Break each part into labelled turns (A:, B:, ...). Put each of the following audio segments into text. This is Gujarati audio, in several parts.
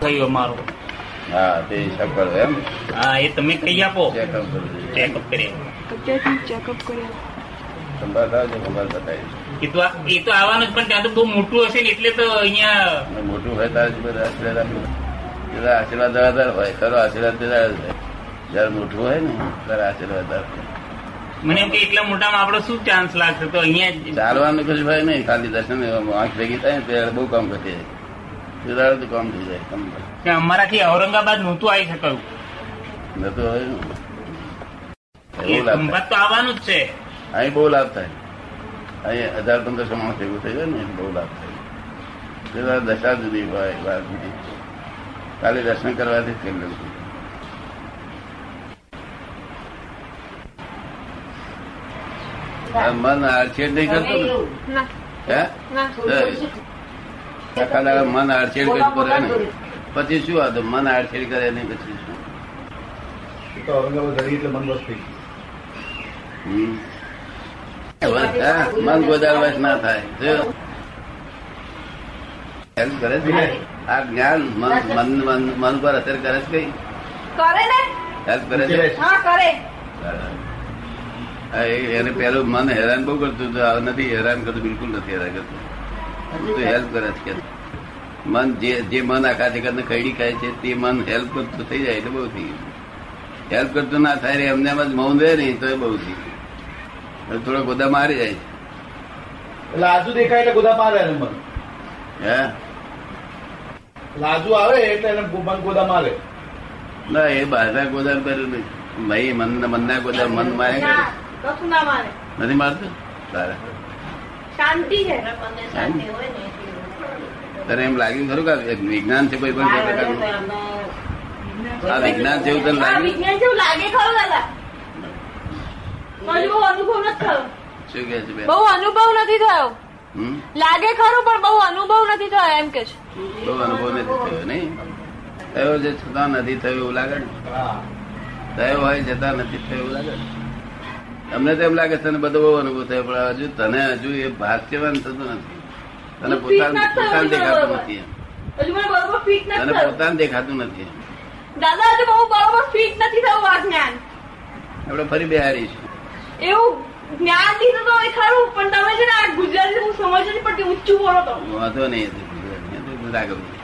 A: થયું અમારું
B: હા તે હિસાબ કરો એમ
A: હા એ તમે કહી આપો
B: ચેકઅપ કરો
A: ચેકઅપ કરીએ
C: અત્યારથી ચેકઅપ કર્યા
B: સંભાળ થાય છે સંભાળ બતાવીશ
A: એ તો આ- એ તો આવવાનું જ પણ ત્યાં તો બહુ મોટું હશે ને એટલે તો અહીંયા
B: અને મોટું હોય ત્યારે જ બધા આશીર્વાદ આપે પેલા આશીર્વાદ દેવાદાર હોય ખરો આશીર્વાદ દેદાર હોય જયારે મોટું હોય ને ત્યારે આશીર્વાદ આપે
A: મને એમ કે એટલા મોટામાં આપણો શું ચાન્સ લાગશે તો અહીંયા જ-
B: ચાલવાનું કશું ભય નહીં ખાલી દર્શન એવામાં આંખ ભેગી થાય ને ત્યારે બહુ કામ ઘટે સુધારો તો કામ થઈ જાય કામ
A: કે અમારાથી ઔરંગાબાદ નહોતું આવી શકાયું
B: નતું હોય ને.
A: એ
B: બહુ લાભ થાય
A: સંભાત તો આવવાનું જ છે
B: અહીં બહુ લાભ થાય અહીં હજાર પંદરસો માણસ ભેગું થઈ જાય ને એટલે બહુ લાભ થાય પેલા દશા જુદી હોય વાત જુદી. ખાલી દર્શન કરવાથી જ કરી લઉં છું આ મન આડછેડ નહીં કરતું ને?
C: ના
B: હે
C: ના
B: આખા દાડા મન આડછેડ કરતું રહે ને પછી શું આ તો મન આડછેડ કરે નહીં પછી શું
D: એ તો ઔરંગાબાદ હરી એટલે મન વસ્ત થઈ ગયું.
B: હમ. હા, મન ગોદાળવાસ ના થાય જો. હેલ્પ કરે છે ને? આ જ્ઞાન મન મન- મન મન પર અસર કરે છે કઈ
C: કરે ને
B: હેલ્પ કરે છે
C: હા કરે
B: હા, એ- એને પેલું મન હેરાન બહુ કરતું હતું હવે નથી હેરાન કરતું બિલકુલ નથી હેરાન કરતું એ તો હેલ્પ કરે છે કે મન જે જે મન આખા જગતને ખૈડી ખાય છે તે મન હેલ્પ કરતું થઈ જાય એટલે બહુ થઈ ગયું હેલ્પ કરતું ના થાય રે એમને એમ જ મૌન રહે નહીં તો એ બહુ થઈ ગયું હવે થોડો ગોદા મારી જાય
D: એટલે આજુ દેખાય એટલે ગોદા મારે એને મન
B: હે
D: એટલે આજુ આવે એટલે એને ગો- મન ગોદા મારે
B: ના એ બહારના ગોદામ કર્યું નહીં મહી મન મનના ગોદામ મન માયા કર્યું
C: કશું ના મારે
B: નથી મારતું તારે
C: શાંતિ છે
B: તને એમ લાગ્યું ખરું કે આ વિજ્ઞાન છે કોઈ પણ પ્રકારનું? આ વિજ્ઞાન જેવું તને
C: હા,
B: લાગ્યું
C: વિજ્ઞાન જેવું લાગે ખરું દાદા મને બહુ અનુભવ નથી થયો
B: શું કે છે બેન
E: બહુ અનુભવ નથી થયો
B: હમ?
E: લાગે ખરું પણ બહુ અનુભવ નથી થયો એમ કે છે
B: બહુ અનુભવ નથી થયો નહીં થયો છે છતાં નથી થયું એવું લાગે ને
D: હા
B: થયો હોય છતાં નથી થયું એવું લાગે ને અમને તો એમ લાગે છે તને બધો બહુ અનુભવ થયો પણ હજુ તને હજુ એ ભાગ્યવાન થતું નથી તને
C: ફીટ
B: પોતાને
C: નથી થયું
B: પોતાને
C: બરાબર.
B: દેખાતું નથી
C: હજુ મને બરોબર ફિટ નથી
B: તને
C: થયું
B: પોતાને દેખાતું નથી
C: દાદા હજુ બહુ બરોબર ફિટ નથી થયું આ જ્ઞાન
B: આપણે ફરી બેહારીશું
C: એવું જ્ઞાન દીધું તો એ ખરું પણ તમે છે ને આ ગુજરાતી હું સમજ નથી પડતી ઊંચું બોલો તો
B: વાંધો નહીં એ તો રાગવ છે.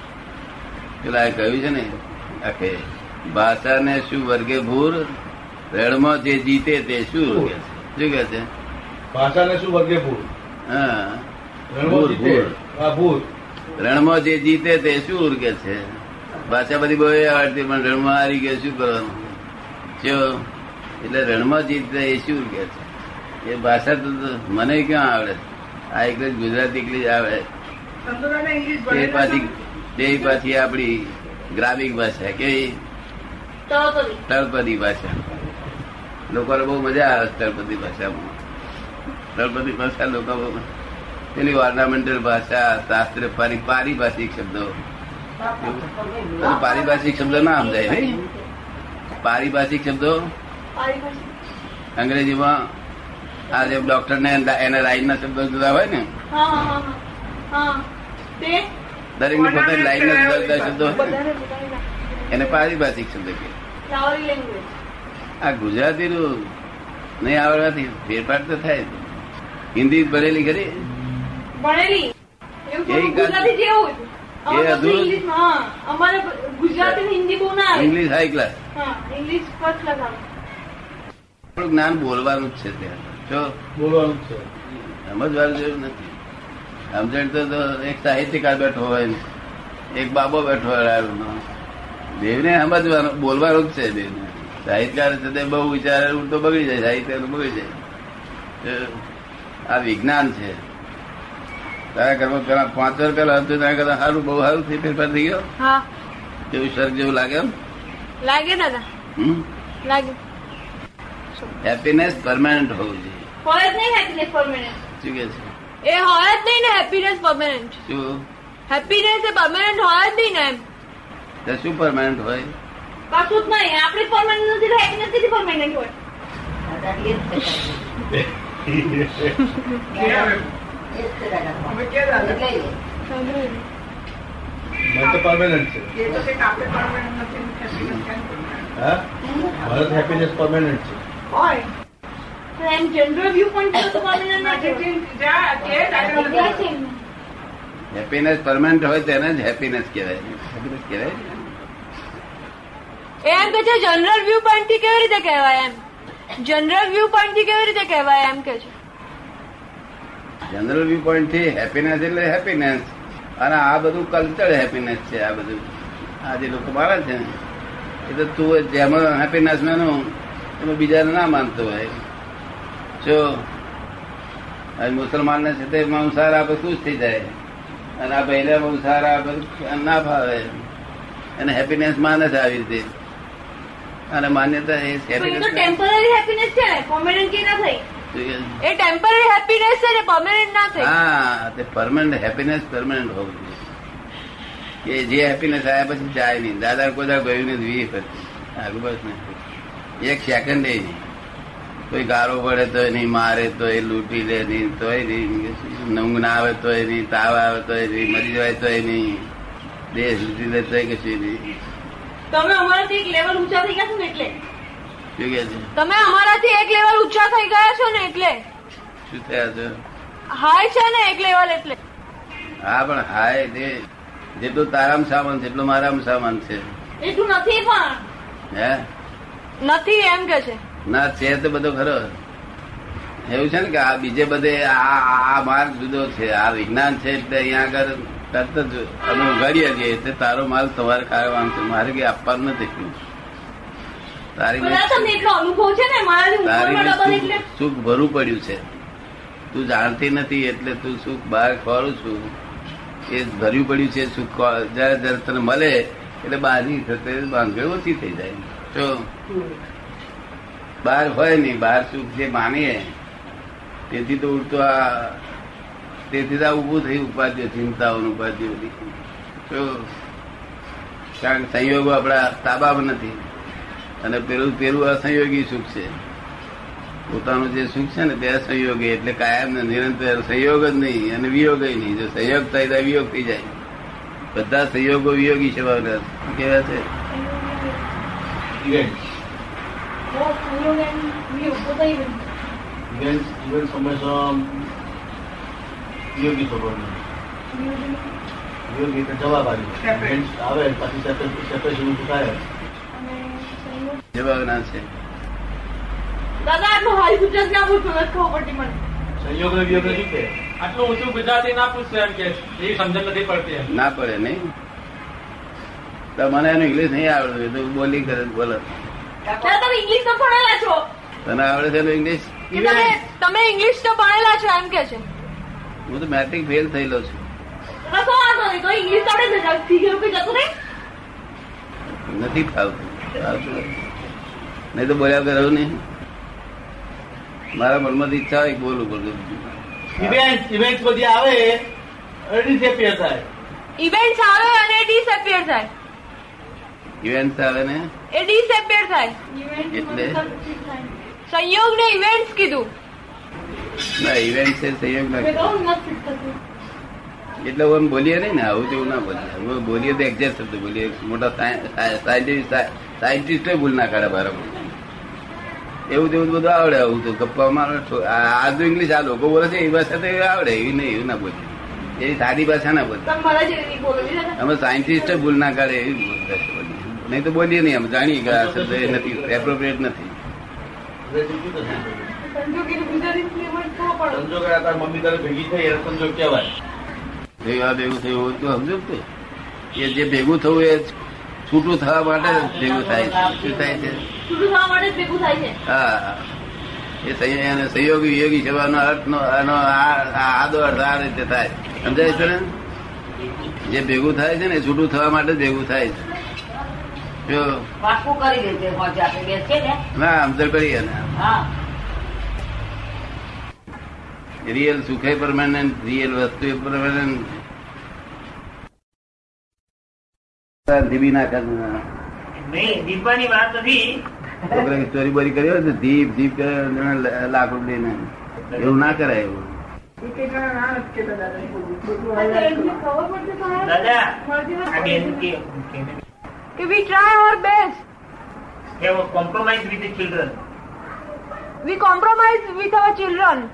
B: પેલા એ કહ્યું છે ને આખે ભાષાને શું વર્ગે ભૂર રેડમાં જે જીતે તે શું વર્ગે છે? શું કહે છે
D: ભાષાને શું વર્ગે ભૂલ
B: હા
D: રણવો
B: ભૂલ,
D: જીતે
B: ભૂલ.
D: હા ભૂલ
B: રણમાં જે જીતે તે શું ઉર્ગે છે ભાષા બધી બહુ એ આવડતી પણ રણમાં હારી ગયો શું કરવાનું જો એટલે રણમાં જીતે એ શું ઉર્ગે છે એ ભાષા તો મને ક્યાં આવડે આ એક જ ગુજરાતી એકલી જ આવડે તે પાછી તે પાછી આપણી ગ્રામિક ભાષા કે
C: તો તો નહીં.
B: તળપદી ભાષા લોકોને બહુ મજા આવે છે તળપદી ભાષામાં તળપદી ભાષા લોકો બહુ- પેલી ઓર્નામેન્ટલ ભાષા શાસ્ત્ર પારી પારિભાષિક શબ્દો તને પારિભાષિક શબ્દો ના સમજાય નહીં પારિભાષિક શબ્દો
C: પારિભાષિક.
B: અંગ્રેજીમાં આ જે ડોક્ટર ને એના લાઈન ના શબ્દો જુદા હોય ને
C: હા હા હા હા હા. તે
B: દરેક ની પોતાની લાઈન ના જુદા જુદા શબ્દો હોય ને,
C: બધાને પોતાની લા-
B: એને પારિભાષિક શબ્દ કહે
C: લાવરી લેંગ્વેજ
B: આ ગુજરાતીનું નહીં આવડવાથી ફેરફાર તો થાય જ. હિન્દી ભણેલી ખરી
C: ભણેલી એમ થોડું
B: એ ગાંધી-
C: ગુજરાતી જેવું જ. અમારે
B: અધૂરું જ.
C: બધું ઇંગ્લિશ હા અમારે ગુજરાતી ને હિન્દી બહુ ના આવે
B: ઇંગ્લિશ હાઈ ક્લાસ
C: હા ઇંગ્લિશ ફર્સ્ટ ક્લાસ આવે
B: થોડું જ્ઞાન બોલવાનું જ છે ત્યાં જો
D: બોલવાનું જ છે
B: સમજવાનું જરૂર નથી સમજણ તો તો એક સાહિત્યકાર બેઠો હોય ને, એક બાબો બેઠો હોય રાયડનો. બેવને સમજવાનું બોલવાનું જ છે બેવને સાહિત્યકાર છે તે બહુ વિચારે ઉલટો બગડી જાય સાહિત્યનું બગડી જાય તો આ વિજ્ઞાન છે તારા ઘરમાં પેલા પાંચ વર્ષ પહેલા હતું તારા કરતા સારું બહુ સારું થઈ ફેરફાર થઈ ગયો
E: હા
B: કેવું સર્ગ જેવું લાગે એમ
E: લાગે દાદા
B: હમ
E: લાગે
B: હેપીનેસ પરમાનન્ટ હોવું જોઈએ
C: હોય જ નહીં હેપીનેસ પર મિનિટ
B: શું કે છે
E: એ હોય જ નહીં ને હેપીનેસ પરમેનન્ટ
B: શું
E: હેપીનેસ એ પરમેનન્ટ હોય જ નહીં ને એમ
B: તે શું પરમાનન્ટ હોય
C: કશું જ નહીં આપણી પરમેનન્ટ નથી તો હેપીનેસ નથી પરમેનન્ટ હોય
D: મને તો પરમેનન્ટ છે
F: એ તો કંઈક આપણે પરમેનન્ટ નથી ને happiness કેમ permanent?
D: હા મારે હેપીનેસ પરમેનન્ટ છે
F: હોય
C: એમ જનરલ વ્યૂ પણ તો મને ના
F: આજે
C: કહેવાય.
F: જે જા કે દાદા
C: જગ્યા છે
F: બધા.
C: એમની.
B: હેપીનેસ પરમાનન્ટ હોય તેને જ હેપીનેસ કહેવાય હેપીનેસ કહેવાય
E: એ એમ કે છે જનરલ વ્યૂ પોઈન્ટ થી કેવી રીતે કહેવાય એમ જનરલ વ્યૂ પોઈન્ટ થી કેવી રીતે કહેવાય એમ કે છે
B: જનરલ વ્યૂ પોઈન્ટ થી હેપીનેસ એટલે હેપીનેસ અને આ બધું કલ્ચર હેપીનેસ છે આ બધું આ જે લોકો માને છે ને, એ તો તું જેમાં હેપીનેસ મેનું એમાં બીજાને ના માનતો હોય જો અને મુસલમાનને છે તે મંસાર આપે ખુશ થઈ જાય અને આ પહેલા મંસાર આપે ના ભાવે અને હેપીનેસ માને છે આવી રીતે અને માન્યતા એ
C: પણ એ તો
B: હેપીનેસ
C: ટેમ્પરરી હેપીનેસ છે ને પરમેનન્ટ કે ના થઈ
E: એ ટેમ્પરરી હેપીનેસ છે ને પરમેનન્ટ ના થઈ
B: હા તે પરમનન્ટ હેપીનેસ પરમનન્ટ હોવું જોઈએ કે જે હેપીનેસ આવ્યા પછી જાય નહીં દાદા કોઈ દાડો ગયું નહીં વીસ વર્ષ આગળ બસ નહીં એક સેકન્ડ નહીં કોઈ ગારો પડે તોય નહીં મારે તોય લૂંટી લે નહીં તોય નહીં ઊંઘ ના આવે તોય નહીં તાવ આવે તોય નહીં મરી જવાય તોય નહીં દેહ લૂંટી લે તોય કશું નહીં
C: તમે અમારાથી એક લેવલ ઊંચા થઈ ગયા છો ને એટલે
B: શું કે છે
E: તમે અમારાથી એક લેવલ ઊંચા થઈ ગયા છો ને એટલે
B: શું થયા છો
E: હાય છે ને એક લેવલ એટલે
B: હા પણ હાય તે જેટલું તારામ સામાન છે એટલું મારામ સામાન છે
C: એટલું નથી પણ
B: હે
E: નથી એમ કે છે
B: ના છે તો બધો ખરો એવું છે ને કે આ બીજે બધે આ- આ આ માર્ગ જુદો છે આ વિજ્ઞાન છે એટલે અહીંયા આગળ તરત જ અમે ઉઘાડીએ છીએ એટલે તારો માલ તમારે કાઢવાનો છે મારે કઈ આપવાનું નથી તારી
C: પણ આ તમને એટલો અનુભવ છે ને મારાથી
B: તારી
C: ઉપરમાં ડબલ એટલે
B: સુખ ભરું પડ્યું છે તું જાણતી નથી એટલે તું સુખ બહાર ખોરું છું એ ભર્યું પડ્યું છે સુખ ખો- જ્યારે જ્યારે તને મળે એટલે બહારની થતે બાંધણી ઓછી થઈ જાય જો બહાર હોય નહીં બહાર સુખ જે માનીએ તેથી તો ઉડતો આ તેથી તો આ ઊભું થયું ઉપાધિઓ ચિંતાઓનું ઉપાધિઓ બધી. જો કારણ કે સંયોગો આપણા તાબામાં નથી અને પેલું પેલું અસંયોગી સુખ છે પોતાનું જે સુખ છે ને તે અસંયોગી એટલે કાયમ ને નિરંતર સંયોગ જ નહીં અને વિયોગ નહીં જો સંયોગ થાય તો વિયોગ થઈ જાય બધા સંયોગો વિયોગી છે બાબરા. શું કહેવાય છે
D: ઇવેન્ટ
C: બહુ સંયોગ એમ વ્યૂ તો થઈ ગયું.
D: ઇવેન્ટ ઇવેન્ટ હંમેશા યોગી સ્વભાવનો યોગી એટલે જવાબ આવ્યો
F: Separate.
D: ઇવેન્ટ આવે પછી સેપરેશન ઊભું થાય
C: અને સંયોગ-
B: જે ભાવના છે
C: દાદા આટલું હાઈ ગુજરાત ના બોલતો નથી ખબર પડતી મને
D: સંયોગ ને વિયોગ ને શું કહે
G: આટલું ઊંચું ગુજરાતી ના પૂછતો એમ કે એ સમજણ નથી પડતી એમ
B: ના પડે નહીં તો મને એનું ઇંગ્લિશ નહીં આવડતું એ તો બોલી કરે છે, બોલો
C: દાદા તમે ઇંગ્લિશ તો ભણેલા છો
B: તને આવડે છે એનું ઇંગ્લિશ
E: કે તમે તમે ઇંગ્લિશ તો ભણેલા છો એમ કે છે
B: હું તો મેટ્રિક ફેલ થયેલો છું
C: રસો વાંધો નહીં તો ઇંગ્લિશ તો આપણે જતા- શીખી એવું કંઈ જતું નહીં
B: નથી ફાવતું ફાવતું નથી. નહીં તો બોલ્યા કરો નહીં મારા મનમાં તો ઈચ્છા હોય કે બોલું બોલું
D: ઇવેન્ટ ઇવેન્ટ બધી આવે ડિસેપિયર થાય
E: ઇવેન્ટ્સ આવે અને ડિસએપિયર થાય
B: ઇવેન્ટ આવે ને
E: એ ડિસએપિયર થાય
C: ઇવેન્ટમાં
B: એટલે?
C: તો ઠીક થાય.
E: સંયોગને ઇવેન્ટ્સ કીધું
B: ના ઇવેન્ટ છે સંયોગ
C: મેં
B: ના
C: કહું નથી થતું
B: એટલે હું બોલીએ નહીં ને આવું તેવું ના બોલીએ હવે બોલીએ તો એક્ઝેક્ટ શબ્દ બોલીએ મોટા સાયન્ટિસ્ટે ભૂલ ના કાઢે બરાબર એવું તેવું બધું આવડે આવું તો ગપ્પા મારો છો- આ આ જો ઇંગ્લિશ આ લોકો બોલે છે એ ભાષા તો એ આવડે એવી નહીં એવું ના બોલીએ એ સાદી ભાષા ના બોલે
C: તમારા જેવી નહીં બોલો બીજા
B: અમે સાયન્ટિસ્ટ ભૂલ ના કાઢે એવી ભૂલ થશે બધી. નહીં તો બોલીએ નહીં અમે જાણીએ કે આ શબ્દ એ નથી એપ્રોપ્રિએટ નથી
D: એટલે બીજું કશું નહીં.
C: સંજોગીનું ગુજરાતી ફિલ્મ જ ખબર પડે
D: સંજોગ આ તાર મમ્મી તારે ભેગી થઈ એને સંજોગ કહેવાય
B: ભેગું આ ભેગું થયું હોય તો સમજો ને તે. એ જે ભેગું થવું એ છૂટું થવા માટે ભેગું થાય છે શું થાય છે
C: છૂટું થવા માટે જ ભેગું થાય છે
B: હા એ સંય- એને સંયોગી યોગી સેવાનો અર્થનો આનો આ આ- આદો અર્થ આ રીતે થાય સમજાય છે ને જે ભેગું થાય છે ને એ છૂટું થવા માટે જ ભેગું થાય છે જો
H: પાકું કરી દેજે હોજે આપણે બેસીએ ને
B: ના સમજણ કરીએ ને
H: હા
B: રિયલ સુખે પરમાનન્ટ રિયલ વસ્તુ પરમાનન્ટ ધીબી ના કરતા
A: નહીં દીપવાની વાત હતી
B: છોકરા ચોરી બોરી કર્યો હોય તો ધીપ ધીપ કર્યો અને લ- લાખ રૂપિયા લઈને. એવું ના કરાય એવું
F: એક એક જણા ના નથી કહેતા દાદાને બોલવું. બોલવું
C: આ તો એમને ખબર
F: અલગ કરવા.
C: પડશે તો હારું.
A: દાદા
C: મળતી વખતે
A: આ બેન કે
E: કે we try our best
A: compromise with children
E: we compromise with our children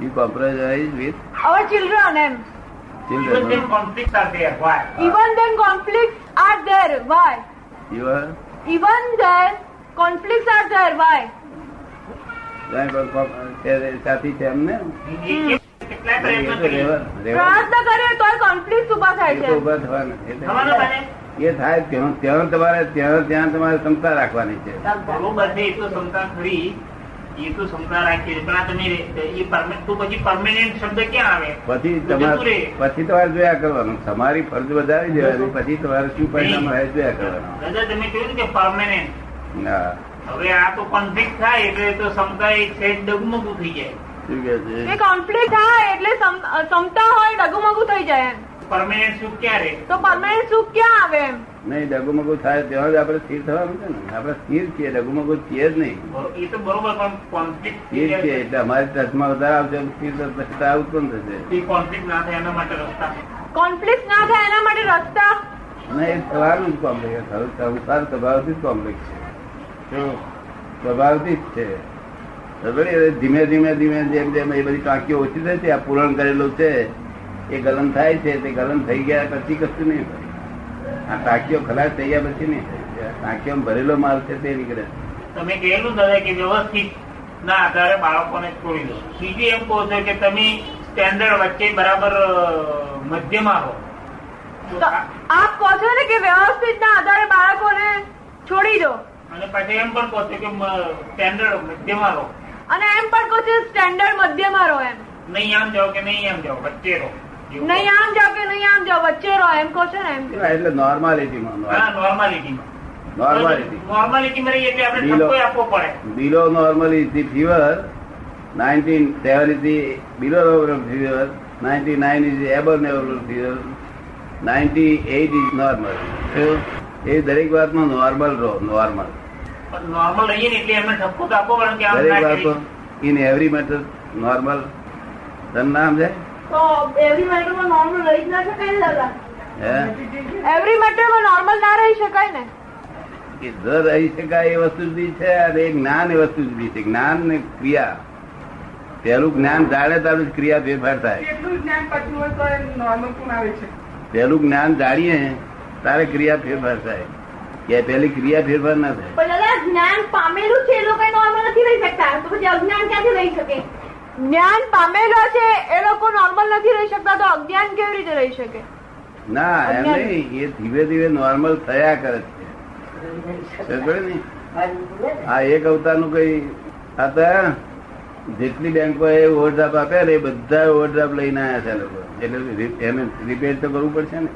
B: You compromise with
E: our children એમ
A: even
B: children.
A: Conflict are there why
E: even then conflict are there why
B: You are
E: even then conflict are there why
B: ત્યાં કોઈ com- ત્યારે સાથી છે એમ ને
A: કેટલાય
B: એ
A: પ્રયત્ન
B: તો
A: કરીએ
B: રહેવા- રહેવા.
E: પ્રયત્ન કરીએ તોય કોન્ફ્લિક્ટ ઉભા
B: એ
E: થાય
B: તો
E: છે
B: ઉભા થવાના. એ
A: થવાનો
B: તો- એ થાય ત્યાં ત્યાં તમારે ત્યાં ત્યાં તમારે ક્ષમતા રાખવાની છે
A: બરોબર છે એ તો ક્ષમતા ખરી એ તો ક્ષમતા રાખીએ પણ આ તમે એ permanent- તો પછી પરમેનન્ટ શબ્દ ક્યાં આવે
B: પછી
A: તો જતું
B: તમારે
A: રહે.
B: પછી તમારે જોયા કરવાનું તમારી ફરજ વધારી દેવાની પછી તમારે શું પરિણામ આવે જોયા કરવાનું
A: દાદા તમે કહ્યું ને કે પરમેનન્ટ
B: ના
A: હવે આ તો કોન્ફ્લિક્ટ થાય એટલે તો ક્ષમતા એક સાઈડ ડગમગું થઈ જાય
B: શું કે છે
E: કે કોન્ફ્લિક્ટ થાય એટલે સમ- અ, ક્ષમતા હોય ડગુમગુ થઈ જાય એમ
A: પરમેનન્ટ સુખ ક્યારે
E: તો પરમાનન્ટ સુખ ક્યાં આવે એમ
B: નહીં ડગુમગુ થાય ત્યાં જ આપણે સ્થિર થવાનું છે ને આપણે સ્થિર છીએ ડગુમગુ છીએ જ નહીં
A: એ તો બરોબર પણ કોન્ફ્લિક્ટ
B: સ્થિર છીએ એટલે અમારી ટચમાં વધારે આવશે એમ સ્થિર થતા ઉત્પન્ન થશે
A: કોન્ફ્લિક્ટ ના થાય એના માટે રસ્તા
E: કોન્ફ્લિક્ટ ના થાય એના માટે રસ્તા
B: ના એ સવારનું જ કોમ્પ્લેક્સ સંસાર સ્વભાવથી જ કોમ્પ્લેક્સ છે સ્વભાવથી જ છે ખબર છે? ધીમે ધીમે ધીમે જેમ જેમ એ બધી ટાંકીઓ ઓછી થાય છે આ પૂરણ કરેલું છે એ ગલન થાય છે તે ગલન થઈ ગયા પછી કશું નહીં થાય આ ટાંકીઓ ખલાસ થઈ ગયા પછી નહીં થાય ટાંકીઓ ભરેલો માલ છે તે નીકળે છે.
A: તમે કહેલું દાદા કે વ્યવસ્થિત ના આધારે બાળકોને છોડી દો બીજું એમ કહો છો કે તમે સ્ટેન્ડર્ડ વચ્ચે બરાબર અ, મધ્યમાં રહો તો
E: તો
A: આ-
E: આપ કહો છો ને કે વ્યવસ્થિત ના આધારે બાળકોને છોડી દો
A: અને પાછી એમ પણ કહો છો કે સ્ટેન્ડર્ડ મધ્યમાં રહો
E: અને એમ પણ કહો છો સ્ટેન્ડર્ડ મધ્યમાં રહો એમ
A: નહીં આમ જાઓ કે નહીં આમ જાઓ વચ્ચે રહો એવું
E: નહીં આમ જાઓ કે નહીં આમ જાઓ વચ્ચે રહો એમ કહો છો ને એમ
B: હા, એટલે નોર્માલિટીમાં
A: હા નોર્માલિટીમાં
B: નોર્માલિટી
A: નોર્માલિટીમાં રહીએ એટલે આપણે
B: લીલો.
A: ઠપકો આપવો પડે
B: below normal is the fever, 1970 is the below normal fever, 99 is the above normal fever, 98 is normal. So, એ દરેક વાતમાં નોર્મલ રહો નોર્મલ
A: પણ નોર્મલ રહીએ ને એટલે એમને ઠપકો તો આપવો પડે ને કે આમ
B: દરેક
A: ના
B: વાતો
A: કરીએ.
B: ઇન એવરી મેટર નોર્મલ તને નામ છે
C: તો એવી મેટરમાં નોર્મલ રહી જ ના શકાય ને દાદા
B: હે
E: એવરી મેટરમાં નોર્મલ ના રહી શકાય ને
B: કે જ રહી શકાય એ વસ્તુ જુદી છે અને એ જ્ઞાન એ વસ્તુ જુદી છે જ્ઞાન ને ક્રિયા પહેલું જ્ઞાન જાણે તારું જ ક્રિયા ફેરફાર થાય
F: એટલું જ્ઞાન પતું હોય તો એ નોર્મલ પણ આવે છે
B: પહેલું જ્ઞાન જાણીએ તારે ક્રિયા ફેરફાર થાય કે પહેલી ક્રિયા ફેરફાર ના થાય
C: પણ દાદા જ્ઞાન પામેલું છે એ લોકો નોર્મલ નથી રહી શકતા તો પછી અજ્ઞાન ક્યાંથી રહી શકે
E: જ્ઞાન પામેલો છે એ લોકો નોર્મલ નથી રહી શકતા તો અજ્ઞાન કેવી રીતે રહી શકે
B: ના એમ
E: અજ્ઞાન.
B: નહીં એ ધીમે ધીમે નોર્મલ થયા કરે છે સમજ્યો ને? આ એક અવતારનું કઈ આ તો જેટલી બેંકો એ ઓવરડ્રાફ્ટ આપે ને એ બધા ઓવરડ્રાફ્ટ લઈને આવ્યા છે આ લોકો એટલે રી- એને રિપેર તો કરવું પડશે ને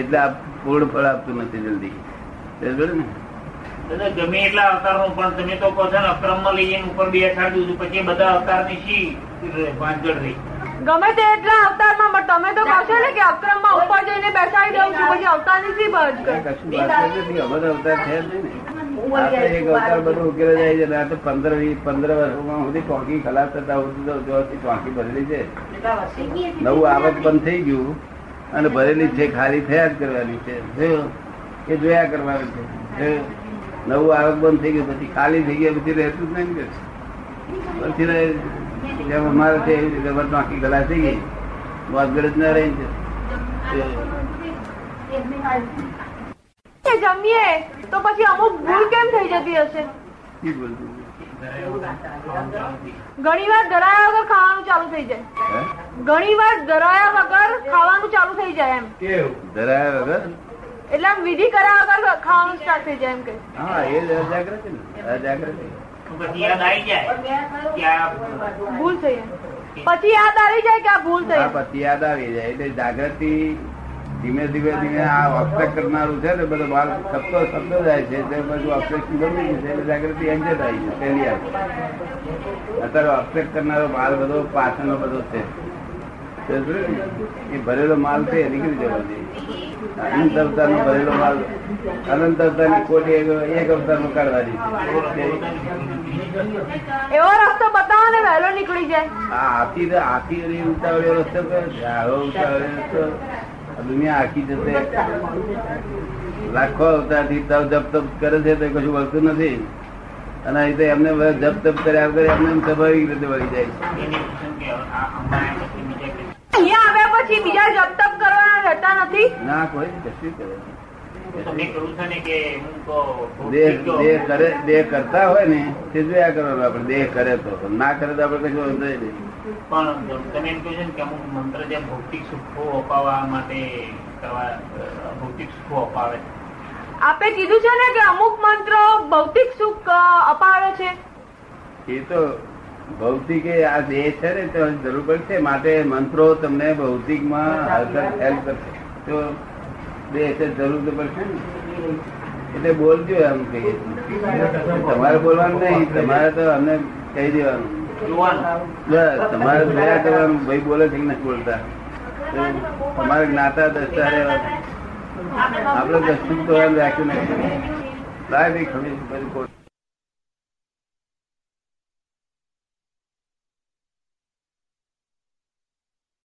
B: એટલે આ પૂર્ણ ફળ આપતું નથી જલ્દી સમજ્યો ને
A: દાદા ગમે એટલા અવતારનો પણ તમે તો કહો છો ને અક્રમમાં લઈએ ને ઉપર બેસાડી દીધું પછી બધા અવતારની શી ભાંજળ રહી
E: ગમે તે એટલા અવતારમાં પણ તમે તો કહો છો ને કે અક્રમમાં ઉપર જઈને બેસાડી દઉં છું પછી અવતારની શી ભાજ
B: આ
E: કરે
B: કશું વાત જ નથી અવર અવતાર છે જ નહીં ને આ તો એક અવતાર બધું ઉકેલો જાય છે અને આ તો પંદર વીસ પંદર વર્ષોમાં સુધી ટોંકી ખલાસ થતા સુધી તો જોવાથી ટોંકી ભરેલી છે નવું આવક બંધ થઈ ગયું અને ભરેલી છે ખાલી થયા જ કરવાની છે જોયું? એ જોયા કરવાનું છે જોયું? નવું આવક બંધ થઈ ગયું પછી ખાલી થઈ ગયા પછી રહેતું જ નહીં ને કે. પછી રહે જેમ અમારે છે એવી રીતે અમારે ટોંકી ખલાસ થઈ ગઈ વાતગડ જ ના રહી છે જોયું?
E: કે જમીએ તો પછી અમુક ભૂલ કેમ થઈ જતી હશે
B: શું બોલતું?
E: ઘણી વાર ધરાયા વગર ખાવાનું ચાલુ થઈ જાય
B: હે?
E: ઘણી વાર ધરાયા વગર ખાવાનું ચાલુ થઈ જાય એમ
D: કેવું
B: ધરાયા વગર
E: એટલે આમ વિધિ કર્યા વગર ખાવાનું સ્ટાર્ટ થઈ જાય એમ કે
B: હા એ જ અજાગ્રત ને અજાગ્રત
A: તો પછી યાદ આવી જાય કે આ
E: ભૂલ થઈ જાય પછી યાદ આવી જાય કે આ ભૂલ થઈ
B: આ પછી યાદ આવી જાય એટલે જાગૃતિ ધીમે ધીમે ધીમે આ ઓબ્સ્ટ્રક્ટ કરનારું છે ને બધો બાળ શબ્દો શબ્દો જાય છે તે બધું ઓબ્સ્ટ્રક્શન ગમી ગયું છે એટલે જાગૃતિ એમ જ આવી છે પહેલી આવી અત્યારે ઓબ્સ્ટ્રક્ટ કરનારો માલ બધો પાછળનો બધો છે તે જોયું ને? એ ભરેલો માલ છે એ નીકળી જવો જોઈએ અનંત અવતાર નો ભરેલો માલ અનંત અવતાર ની કોટી એક- એક અવતાર માં કાઢવાની
E: એવો રસ્તો બતાવો ને વહેલો નીકળી જાય
B: આ હાથી તો- હાથી વળી ઉતાવળ્યો રસ્તો કયો છે? આવો ઉતાવળ્યો રસ્તો આ દુનિયા આખી જશે લાખો અવતાર થી તપ જપ તપ કરે છે તો કશું વળતું નથી અને અહીં તો એમને વળી જપ તપ કર્યા વગર એમને એમ સ્વાભાવિક રીતે વળી જાય છે
A: એની પસંદગી આ અંબાણી પછી બીજા કોઈ
E: અહીંયા આવ્યા પછી બીજા જપ તપ કરવાના રહેતા નથી
B: ના કોઈ કશું કરે નહીં.
A: તો મેં કહ્યું છે ને કે હું તો
B: દેહ દેહ કરે દેહ કરતા હોય ને તે જોયા કરવાનું આપણે દેહ કરે તો ના કરે તો આપણે કશું વાંધો ય
A: પણ
B: નહીં
A: તમે એમ કહ્યું છે ને કે અમુક મંત્ર જેમ ભૌતિક સુખો અપાવવા માટે કરવા અ, ભૌતિક સુખો અપાવે છે.
E: આપે કીધું છે ને કે અમુક મંત્ર ભૌતિક સુખ અ, અપાવે છે
B: એ તો ભૌતિક એ આ દેહ છે ને તો જરૂર પડશે માટે મંત્રો તમને ભૌતિકમાં હલચલ- હેલ્પ કરશે તો દેહ છે જરૂર તો પડશે ને એટલે બોલજો એમ કહીએ છીએ. તમારે બોલવાનું નહીં તમારે તો અમને કહી દેવાનું
A: જોવાનું
B: બસ તમારે જોયા કરવાનું ભાઈ બોલે છે કે નથી બોલતા તો તમારે જ્ઞાતા દસતા રહેવાનું આપણે કશું તો એમ રાખ્યું નથી લાય ભાઈ ખબર